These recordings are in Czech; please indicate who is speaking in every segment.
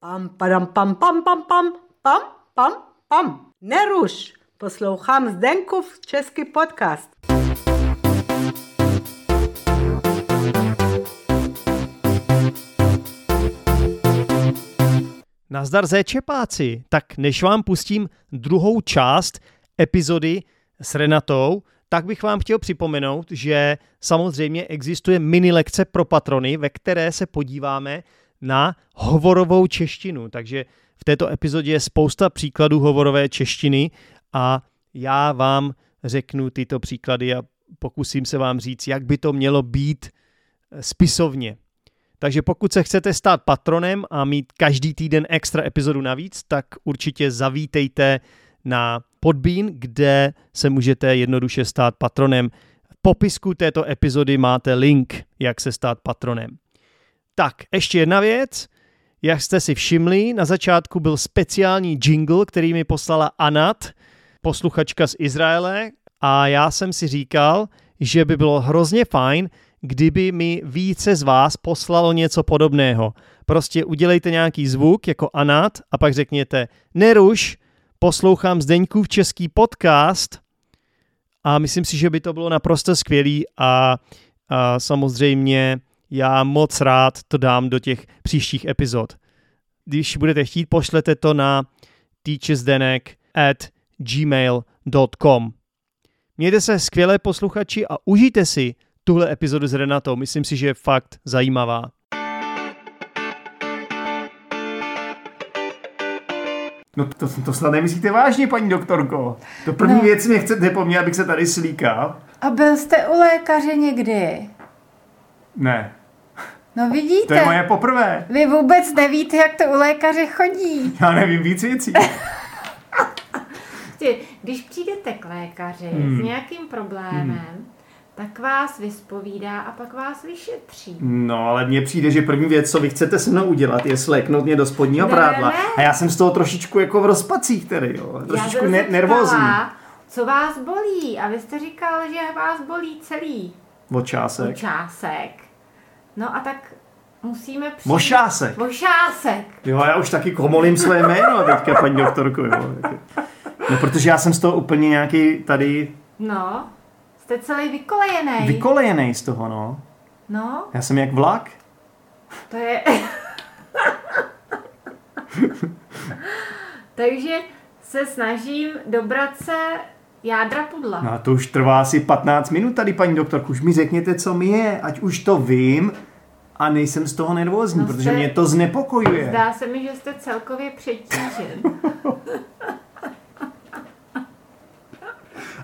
Speaker 1: Pam, padam, pam, pam, pam, pam, pam, pam, pam. Neruš, poslouchám Zdenkův český podcast.
Speaker 2: Nazdar Zéčepáci, tak než vám pustím druhou část epizody s Renatou, tak bych vám chtěl připomenout, že samozřejmě existuje mini lekce pro patrony, ve které se podíváme na hovorovou češtinu. Takže v této epizodě je spousta příkladů hovorové češtiny a já vám řeknu tyto příklady a pokusím se vám říct, jak by to mělo být spisovně. Takže pokud se chcete stát patronem a mít každý týden extra epizodu navíc, tak určitě zavítejte na Podbín, kde se můžete jednoduše stát patronem. V popisku této epizody máte link, jak se stát patronem. Tak, ještě jedna věc. Jak jste si všimli, na začátku byl speciální jingle, který mi poslala Anat, posluchačka z Izraele, a já jsem si říkal, že by bylo hrozně fajn, kdyby mi více z vás poslalo něco podobného. Prostě udělejte nějaký zvuk jako Anat a pak řekněte Neruš, poslouchám Zdeňkův český podcast a myslím si, že by to bylo naprosto skvělý a, a samozřejmě já moc rád to dám do těch příštích epizod. Když budete chtít, pošlete to na teachesdenek at gmail.com. Mějte se skvělé posluchači a užijte si tuhle epizodu s Renatou. Myslím si, že je fakt zajímavá.
Speaker 3: No to, to snad nemyslíte vážně, paní doktorko. To první
Speaker 4: No.
Speaker 3: no. věc mě chcete po mně, abych se tady slíkal.
Speaker 4: A byl jste u lékaře někdy?
Speaker 3: Ne,
Speaker 4: No vidíte,
Speaker 3: to je moje poprvé.
Speaker 4: vy vůbec nevíte, jak to u lékaře chodí.
Speaker 3: Já nevím víc věcí.
Speaker 5: Prostě, když přijdete k lékaři hmm. s nějakým problémem, hmm. tak vás vyspovídá a pak vás vyšetří.
Speaker 3: No, ale mně přijde, že první věc, co vy chcete se mnou udělat, je sleknout mě do spodního
Speaker 5: Ne,
Speaker 3: prádla.
Speaker 5: ne.
Speaker 3: A já jsem z toho trošičku jako v rozpacích tedy, jo. Trošičku ne- nervózní.
Speaker 5: ptala, co vás bolí? A vy jste říkal, že vás bolí celý
Speaker 3: Očásek.
Speaker 5: čásek. No a tak musíme přijít...
Speaker 3: Mošásek.
Speaker 5: Mošásek.
Speaker 3: Jo, já už taky komolím své jméno teďka, paní doktorko, jo. No, protože já jsem z toho úplně nějaký tady
Speaker 5: No, jste celý vykolejený.
Speaker 3: vykolejený z toho, no.
Speaker 5: no,
Speaker 3: Já jsem jak vlak.
Speaker 5: to je... Takže se snažím dobrat se jádra pudla.
Speaker 3: No a to už trvá asi 15 minut tady, paní doktorku. Už mi řekněte, co mi je, ať už to vím a nejsem z toho nervózní,
Speaker 5: No,
Speaker 3: no protože
Speaker 5: jste-
Speaker 3: mě to znepokojuje.
Speaker 5: Zdá se mi, že jste celkově přetížen.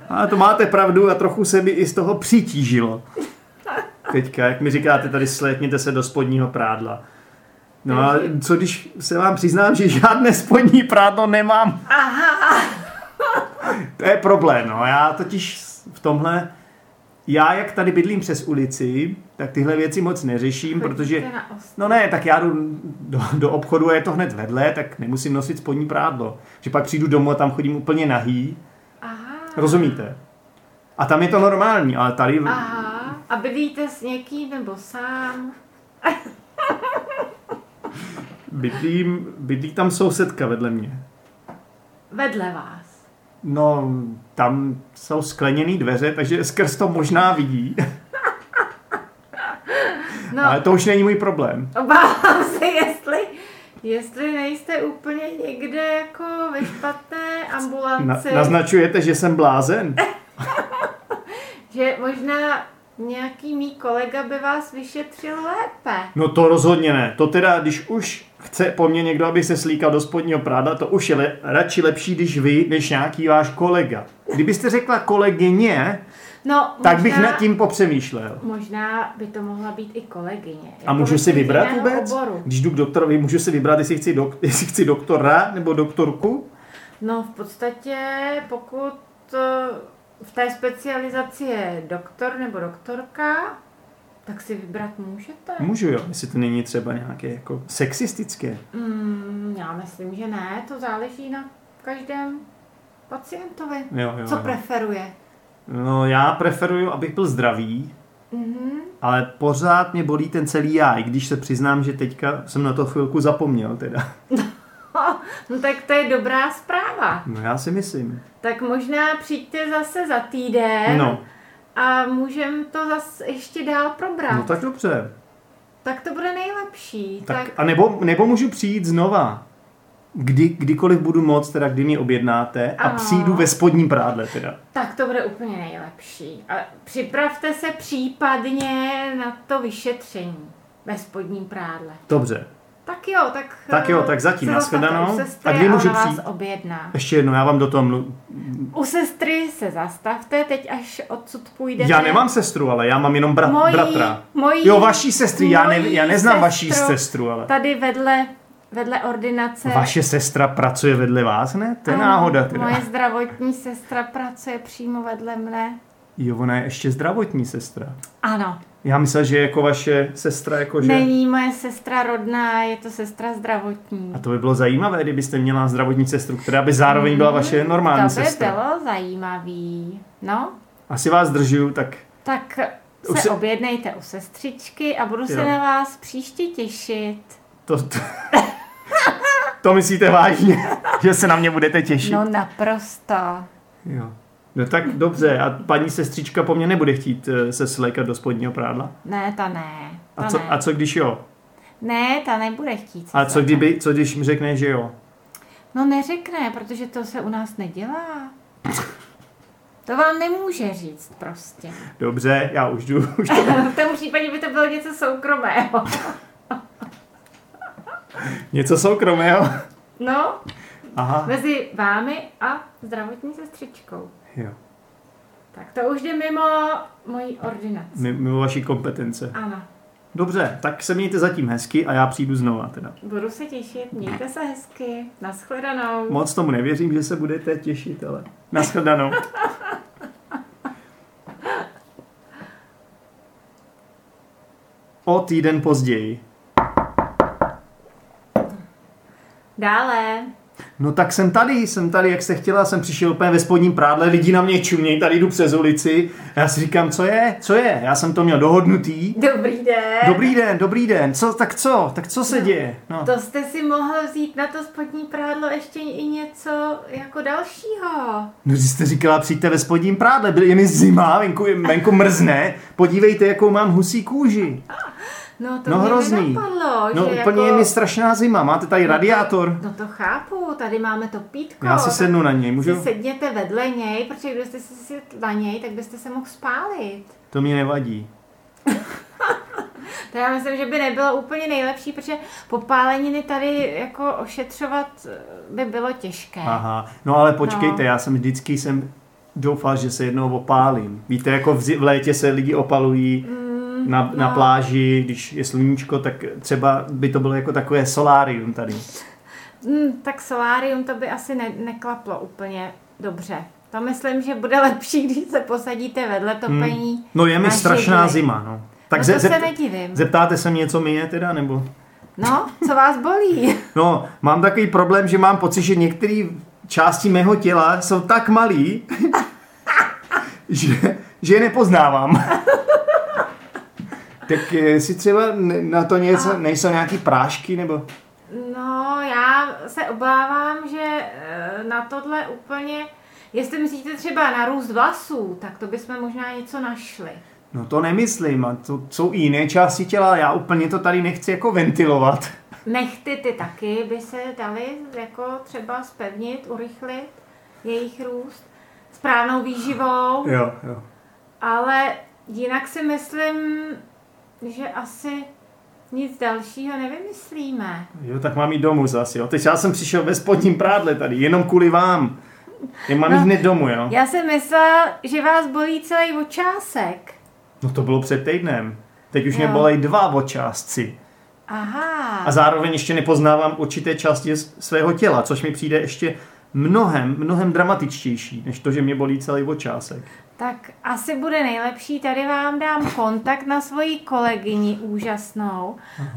Speaker 3: A to máte pravdu a trochu se mi i z toho přitížilo. Teďka, jak mi říkáte, tady slétněte se do spodního prádla. No a co když se vám přiznám, že žádné spodní prádlo nemám? Aha. To je problém, no. Já totiž v tomhle, já jak tady bydlím přes ulici, tak tyhle věci moc neřeším,
Speaker 5: Chodíte
Speaker 3: protože...
Speaker 5: na ostrov.
Speaker 3: No ne, tak já jdu do, do obchodu a je to hned vedle, tak nemusím nosit spodní prádlo. Že pak přijdu domů a tam chodím úplně nahý.
Speaker 5: Aha,
Speaker 3: Rozumíte? A tam je to normální, ale tady...
Speaker 5: aha. A bydlíte s někým nebo sám?
Speaker 3: Bydlím, bydlí tam sousedka vedle mě.
Speaker 5: Vedle vás.
Speaker 3: No, tam jsou skleněné dveře, takže skrz to možná vidí.
Speaker 5: No,
Speaker 3: Ale to už není můj problém.
Speaker 5: obávám se, jestli, jestli nejste úplně někde jako ve špatné
Speaker 3: Na,
Speaker 5: ambulanci.
Speaker 3: naznačujete, že jsem blázen?
Speaker 5: že možná nějaký mý kolega by vás vyšetřil lépe.
Speaker 3: No to rozhodně ne. To teda, když už chce po mně někdo, aby se slíkal do spodního práda, to už je le- radši lepší, když vy, než nějaký váš kolega. Kdybyste řekla kolegyně,
Speaker 5: No,
Speaker 3: tak
Speaker 5: možná,
Speaker 3: bych nad tím popřemýšlel.
Speaker 5: Možná by to mohla být i kolegyně.
Speaker 3: A
Speaker 5: jako
Speaker 3: můžu si
Speaker 5: vlastně
Speaker 3: vybrat
Speaker 5: jiného
Speaker 3: vůbec?
Speaker 5: Oboru.
Speaker 3: Když jdu k doktorovi, můžu si vybrat, jestli chci, dok- jestli chci doktora nebo doktorku?
Speaker 5: No v podstatě, pokud eh, v té specializaci je doktor nebo doktorka, tak si vybrat můžete.
Speaker 3: Můžu jo, jestli to není třeba nějaké jako sexistické.
Speaker 5: Mm, já myslím, že ne, to záleží na každém pacientovi,
Speaker 3: Jo, jo,
Speaker 5: co
Speaker 3: jo.
Speaker 5: preferuje.
Speaker 3: No já preferuju, abych byl zdravý
Speaker 5: Mhm.
Speaker 3: Ale pořád mě bolí ten celý já, i když se přiznám, že teďka jsem na to chvilku zapomněl teda.
Speaker 5: No tak to je dobrá zpráva.
Speaker 3: No já si myslím.
Speaker 5: Tak možná přijďte zase za týden
Speaker 3: No,
Speaker 5: a můžeme to zase ještě dál probrat.
Speaker 3: no tak dobře.
Speaker 5: tak to bude nejlepší.
Speaker 3: Tak, a nebo, nebo můžu přijít znova. Kdy, kdykoliv budu moc, teda kdy mě objednáte a
Speaker 5: Ano.
Speaker 3: přijdu ve spodním prádle teda.
Speaker 5: Tak to bude úplně nejlepší. A připravte se případně na to vyšetření ve spodním prádle.
Speaker 3: Dobře.
Speaker 5: Tak jo, tak...
Speaker 3: Tak jo,
Speaker 5: eh,
Speaker 3: tak zatím,
Speaker 5: se
Speaker 3: nashledanou.
Speaker 5: zastavte u
Speaker 3: A
Speaker 5: Sestry, a
Speaker 3: kdy
Speaker 5: kdy
Speaker 3: můžu
Speaker 5: můžu ona
Speaker 3: přijít?
Speaker 5: vás objedná.
Speaker 3: Ještě jednou, já vám do toho mlu...
Speaker 5: U sestry se zastavte, teď až odsud půjdete.
Speaker 3: Já nemám sestru, ale já mám jenom bra-
Speaker 5: Mojí-
Speaker 3: bratra.
Speaker 5: mojí-
Speaker 3: jo, vaší sestry, já, ne,
Speaker 5: mojí
Speaker 3: já neznám vaší
Speaker 5: sestru.
Speaker 3: sestru, ale...
Speaker 5: Tady vedle, vedle ordinace...
Speaker 3: Vaše sestra pracuje vedle vás, ne? To je
Speaker 5: Ano,
Speaker 3: náhoda teda.
Speaker 5: Moje zdravotní sestra pracuje přímo vedle mne.
Speaker 3: Jo, ona je ještě zdravotní sestra.
Speaker 5: Ano,
Speaker 3: Já myslel, že je jako vaše sestra, jako, jakože...
Speaker 5: není moje sestra rodná, je to sestra zdravotní.
Speaker 3: A to by bylo zajímavé, kdybyste měla zdravotní sestru, která by zároveň byla vaše normální
Speaker 5: Mm, to by
Speaker 3: sestra.
Speaker 5: bylo zajímavý. No,
Speaker 3: Asi vás držu, tak
Speaker 5: tak
Speaker 3: Už
Speaker 5: se,
Speaker 3: se-
Speaker 5: objednejte u sestřičky a budu
Speaker 3: Jo.
Speaker 5: se na vás příště těšit.
Speaker 3: to... To, to myslíte vážně, že se na mě budete těšit?
Speaker 5: No naprosto.
Speaker 3: Jo. No tak dobře, a paní sestřička po mně nebude chtít eh, se slékat do spodního prádla?
Speaker 5: Ne, ta ne. Ta
Speaker 3: A co,
Speaker 5: ne.
Speaker 3: a co když jo?
Speaker 5: ne, ta nebude chtít.
Speaker 3: A co,
Speaker 5: sestřička.
Speaker 3: kdyby, co když mi řekne, že jo?
Speaker 5: No neřekne, protože to se u nás nedělá. To vám nemůže říct prostě.
Speaker 3: Dobře, já už jdu. Už to...
Speaker 5: V tom případě by to bylo něco soukromého.
Speaker 3: Něco soukromého.
Speaker 5: No,
Speaker 3: Aha.
Speaker 5: mezi vámi a zdravotní sestřičkou.
Speaker 3: Jo.
Speaker 5: Tak to už jde mimo moji ordinaci.
Speaker 3: Mi- Mimo vaší kompetence.
Speaker 5: Ano,
Speaker 3: Dobře, tak se mějte zatím hezky a já přijdu znova teda.
Speaker 5: budu se těšit, mějte se hezky, nashledanou.
Speaker 3: Moc tomu nevěřím, že se budete těšit, ale nashledanou. O týden později.
Speaker 5: Dále.
Speaker 3: No tak jsem tady, jsem tady, jak jste chtěla, jsem přišel úplně ve spodním prádle, lidi na mě čumějí, tady jdu přes ulici. A já si říkám, co je, co je, já jsem to měl dohodnutý.
Speaker 5: Dobrý den.
Speaker 3: Dobrý den, dobrý den, co, tak co, tak co se děje? No.
Speaker 5: To jste si mohl vzít na to spodní prádlo ještě i něco jako dalšího.
Speaker 3: No, když jste říkala, přijďte ve spodním prádle, byl- je mi zima, venku, je- venku mrzne, podívejte, jakou mám husí kůži.
Speaker 5: No to
Speaker 3: No
Speaker 5: mě
Speaker 3: hrozný.
Speaker 5: nenapadlo,
Speaker 3: No
Speaker 5: že
Speaker 3: úplně je
Speaker 5: jako...
Speaker 3: mi strašná zima, máte tady radiátor.
Speaker 5: No to chápu, tady máme to pítko.
Speaker 3: Já si sednu na něj,
Speaker 5: Můžu?
Speaker 3: můžu?
Speaker 5: Si sedněte vedle něj, protože kdybyste si sedl na něj, tak byste se mohl spálit.
Speaker 3: To mi nevadí.
Speaker 5: To já myslím, že by nebylo úplně nejlepší, protože popáleniny tady jako ošetřovat eh, by bylo těžké.
Speaker 3: Aha, no ale počkejte,
Speaker 5: No.
Speaker 3: já jsem vždycky jsem doufal, že se jednou opálím. Víte, jako v, zi- v létě se lidi opalují na, na
Speaker 5: no.
Speaker 3: pláži, když je sluníčko, tak třeba by to bylo jako takové solárium tady.
Speaker 5: Hmm, tak solárium to by asi ne- neklaplo úplně dobře. To myslím, že bude lepší, když se posadíte vedle topení. Hmm.
Speaker 3: No je mi
Speaker 5: na
Speaker 3: strašná
Speaker 5: židli.
Speaker 3: zima, no.
Speaker 5: Tak no
Speaker 3: ze-
Speaker 5: to
Speaker 3: zept-
Speaker 5: se nedivím.
Speaker 3: zeptáte se mě, co mi je teda, nebo...
Speaker 5: No, co vás bolí?
Speaker 3: No, mám takový problém, že mám pocit, že některé části mého těla jsou tak malý, že, že je nepoznávám. tak eh, si třeba ne- na to něco, nejsou nějaký prášky, nebo...
Speaker 5: No, já se obávám, že eh, na tohle úplně, jestli myslíte třeba na růst vlasů, tak to bychom možná něco našli.
Speaker 3: No to nemyslím, a to jsou i jiné části těla, já úplně to tady nechci jako ventilovat.
Speaker 5: Nechty ty taky by se daly jako třeba spevnit, urychlit jejich růst správnou výživou,
Speaker 3: Jo, jo.
Speaker 5: ale jinak si myslím, že asi nic dalšího nevymyslíme.
Speaker 3: Jo, tak mám jít domů zase, jo. Teď já jsem přišel ve spodním prádle tady, jenom kvůli vám. Je mám jít
Speaker 5: No.
Speaker 3: hned domů, jo.
Speaker 5: Já jsem myslela, že vás bolí celý očásek.
Speaker 3: No to bylo před týdnem. Teď už mě
Speaker 5: Jo.
Speaker 3: bolej dva očástci.
Speaker 5: Aha.
Speaker 3: A zároveň ještě nepoznávám určité části z- svého těla, což mi přijde ještě mnohem, mnohem dramatičtější, než to, že mě bolí celý očásek.
Speaker 5: Tak asi bude nejlepší, tady vám dám kontakt na svoji kolegyni úžasnou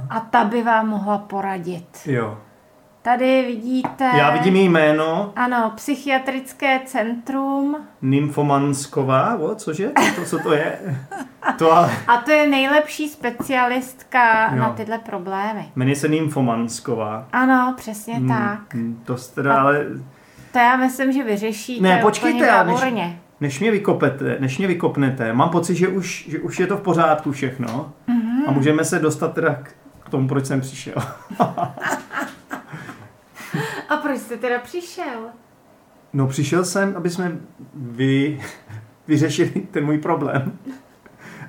Speaker 5: a ta by vám mohla poradit.
Speaker 3: Jo.
Speaker 4: Tady vidíte...
Speaker 3: Já vidím její jméno,
Speaker 4: Ano, psychiatrické centrum.
Speaker 3: Nymfomansková, o, cože? To, co to je? To ale...
Speaker 5: A to je nejlepší specialistka
Speaker 3: Jo.
Speaker 5: jo. na tyhle problémy.
Speaker 3: Jmenuje se Nymfomansková.
Speaker 5: Ano, přesně
Speaker 3: Hm,
Speaker 5: hmm. tak.
Speaker 3: hm, To jste teda, ale
Speaker 5: To já myslím, že vyřešíte
Speaker 3: Ne, počkejte,
Speaker 5: úplně
Speaker 3: já než,
Speaker 5: bravurně.
Speaker 3: než, mě vykopete, než mě vykopnete, mám pocit, že už, že už je to v pořádku všechno mm-hmm. a můžeme se dostat teda k, k tomu, proč jsem přišel.
Speaker 5: A proč jste teda přišel?
Speaker 3: No přišel jsem, aby jsme vy, vyřešili ten můj problém.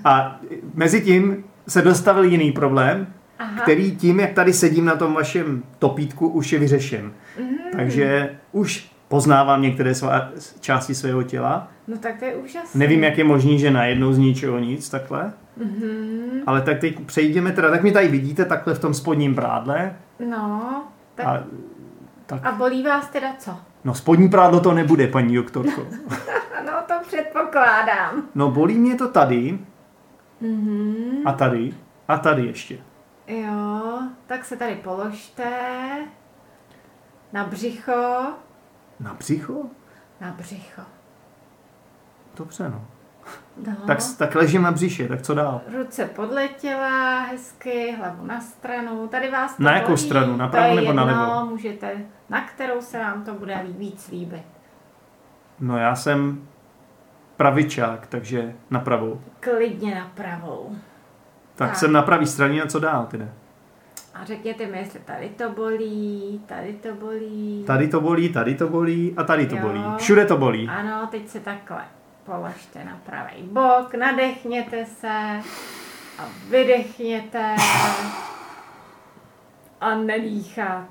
Speaker 3: A mezi tím se dostavil jiný problém, Aha. který tím, jak tady sedím na tom vašem topítku, už je vyřešen. Mm-hmm. Takže už poznávám některé svá, části svého těla.
Speaker 5: No tak to je úžasné.
Speaker 3: Nevím, jak je možný, že najednou z ničeho nic takhle. Mm-hmm. Ale tak teď přejdeme teda, tak mě tady vidíte takhle v tom spodním prádle.
Speaker 5: No, tak...
Speaker 3: A,
Speaker 5: A... a bolí vás teda co?
Speaker 3: no spodní prádlo to nebude, paní doktorko.
Speaker 5: No to předpokládám.
Speaker 3: No bolí mě to tady. Mm-hmm. A tady. A tady ještě.
Speaker 5: Mhm. Jo, tak se tady položte. Na břicho.
Speaker 3: Na břicho?
Speaker 5: Na břicho.
Speaker 3: Dobře, no.
Speaker 5: No.
Speaker 3: Tak, tak ležím na břiše, tak co dál?
Speaker 5: Ruce podletěla, hezky, hlavu na stranu. Tady vás to
Speaker 3: Na jakou
Speaker 5: bolí,
Speaker 3: stranu? Na
Speaker 5: to
Speaker 3: pravou
Speaker 5: je
Speaker 3: nebo na
Speaker 5: jedno,
Speaker 3: levou?
Speaker 5: Můžete, na kterou se vám to bude víc líbit.
Speaker 3: No já jsem pravičák, takže na pravou.
Speaker 5: Klidně na pravou.
Speaker 3: Tak, tak.
Speaker 5: Tak.
Speaker 3: jsem na pravý straně a co dál teda?
Speaker 5: A řekněte mi, jestli tady to bolí, tady to bolí.
Speaker 3: Tady to bolí, tady to bolí a tady to
Speaker 5: Jo.
Speaker 3: bolí. Všude to bolí.
Speaker 5: Ano, teď se takhle položte na pravý bok, nadechněte se a vydechněte a nedýchat.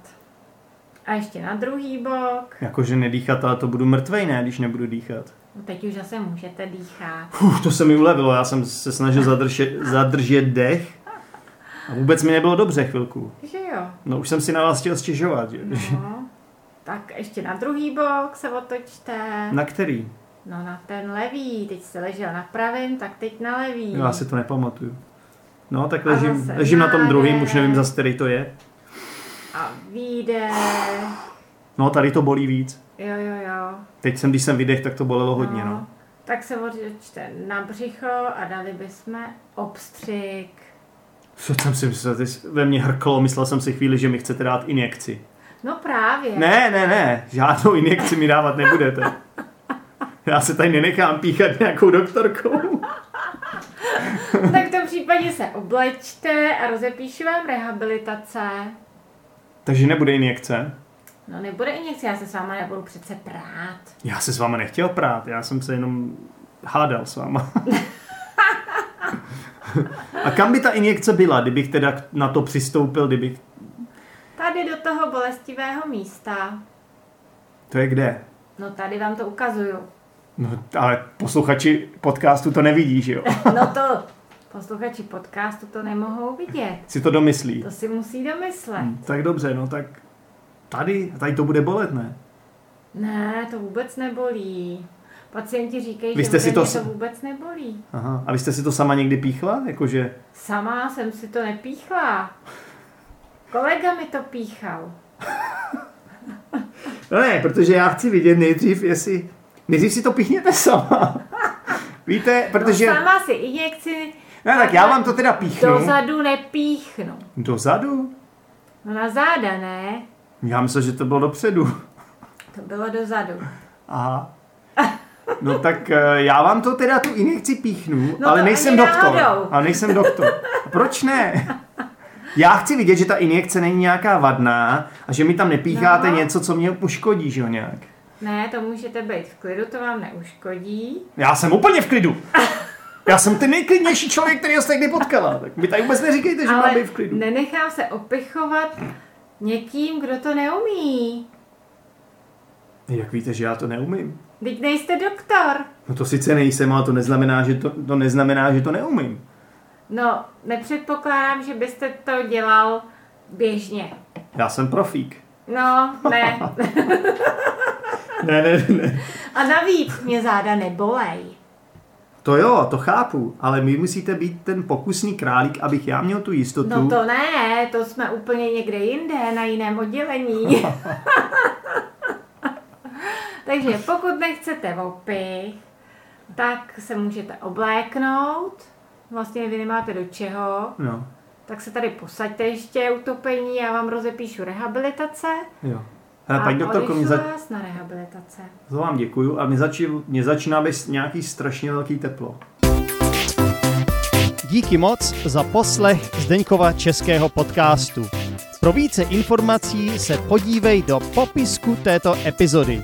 Speaker 5: A ještě na druhý bok.
Speaker 3: Jakože nedýchat, ale to budu mrtvej, ne, když nebudu dýchat.
Speaker 5: No Teď už zase můžete dýchat.
Speaker 3: Uf, to se mi ulevilo, já jsem se snažil zadrže, zadržet dech a vůbec mi nebylo dobře chvilku.
Speaker 5: Že jo?
Speaker 3: No už jsem si na vás chtěl stěžovat, že?
Speaker 5: No. Tak ještě na druhý bok se otočte.
Speaker 3: Na který?
Speaker 5: No na ten levý, teď jste ležel na pravém, tak teď na levý.
Speaker 3: Já si to nepamatuju. No, tak
Speaker 5: A
Speaker 3: ležím,
Speaker 5: zase
Speaker 3: ležím na tom
Speaker 5: nádech.
Speaker 3: druhým, už nevím zase, který to je.
Speaker 5: A výjde.
Speaker 3: No, tady to bolí víc.
Speaker 5: Jo, jo, jo.
Speaker 3: Teď jsem, když jsem vydech, tak to bolelo hodně, no.
Speaker 5: Tak se otočte na břicho a dali bychom obstřik.
Speaker 3: Co jsem si myslel, ty jsi ve mně hrklo, myslel jsem si chvíli, že mi chcete dát injekci.
Speaker 5: No právě.
Speaker 3: Ne, ne, ne, žádnou injekci mi dávat nebudete. Já se tady nenechám píchat nějakou doktorkou.
Speaker 5: Tak v tom případě se oblečte a rozepíšu vám rehabilitace.
Speaker 3: Takže nebude injekce.
Speaker 5: No nebude i nic, já se s váma nebudu přece prát.
Speaker 3: Já se s váma nechtěl prát, já jsem se jenom hádal s váma. A kam by ta injekce byla, kdybych teda k- na to přistoupil, kdybych...
Speaker 5: Tady do toho bolestivého místa.
Speaker 3: To je kde?
Speaker 5: No tady vám to ukazuju.
Speaker 3: No, ale posluchači podcastu to nevidí, že jo?
Speaker 5: No to posluchači podcastu to nemohou vidět.
Speaker 3: Si to domyslí.
Speaker 5: To si musí domyslet.
Speaker 3: Hm, Tak dobře, no tak tady, tady to bude bolet, ne?
Speaker 5: Ne, to vůbec nebolí. Pacienti říkají,
Speaker 3: Vy
Speaker 5: že
Speaker 3: jste si
Speaker 5: ode
Speaker 3: to
Speaker 5: mě
Speaker 3: s-
Speaker 5: to vůbec nebolí.
Speaker 3: Aha. A vy jste si to sama někdy píchla? Jakože,
Speaker 5: Sama jsem si to nepíchla. Kolega mi to píchal.
Speaker 3: no ne, protože já chci vidět nejdřív, jestli... Nejdřív si to píchněte sama. Víte, protože...
Speaker 5: No, sama si injekci
Speaker 3: Ne, tak já vám to teda píchnu.
Speaker 5: dozadu nepíchnu.
Speaker 3: Dozadu?
Speaker 5: No na záda ne,
Speaker 3: Já myslel, že to bylo dopředu.
Speaker 5: to bylo dozadu.
Speaker 3: Aha. No tak eh, já vám to teda tu injekci píchnu,
Speaker 5: No
Speaker 3: ale
Speaker 5: to
Speaker 3: nejsem
Speaker 5: ani
Speaker 3: doktor.
Speaker 5: náhodou.
Speaker 3: A nejsem doktor. Proč ne? Já chci vidět, že ta injekce není nějaká vadná a že mi tam nepícháte
Speaker 5: No.
Speaker 3: něco, co mě uškodí, že jo nějak.
Speaker 5: Ne, to můžete být v klidu, to vám neuškodí.
Speaker 3: Já jsem úplně v klidu. Já jsem ten nejklidnější člověk, který jste kdy potkala. Tak mi tady vůbec neříkejte, že mám
Speaker 5: ale
Speaker 3: být v klidu.
Speaker 5: nenechám se opichovat někým, kdo to neumí.
Speaker 3: Jak víte, že já to neumím?
Speaker 5: Teď nejste doktor.
Speaker 3: No to sice nejsem, ale to neznamená, že to, to, neznamená, že to neumím.
Speaker 5: No, nepředpokládám, že byste to dělal běžně.
Speaker 3: Já jsem profík.
Speaker 5: No, ne.
Speaker 3: Ne, ne, ne.
Speaker 5: A navíc mě záda nebolej.
Speaker 6: To jo, to chápu, ale my musíte být ten pokusný králík, abych já měl tu jistotu.
Speaker 5: No to ne, to jsme úplně někde jinde, na jiném oddělení. Takže pokud nechcete vopich, tak se můžete obléknout. Vlastně vy nemáte do čeho.
Speaker 6: no
Speaker 5: Tak se tady posaďte ještě utopení, já vám rozepíšu rehabilitace.
Speaker 6: jo. Hele, paní doktorko, mě,
Speaker 5: odešlu
Speaker 6: za...
Speaker 5: vás na rehabilitace.
Speaker 6: za vám děkuju a mě, začí, mě začíná být nějaký strašně velký teplo.
Speaker 3: Díky moc za poslech Zdeňkova českého podcastu. Pro více informací se podívej do popisku této epizody,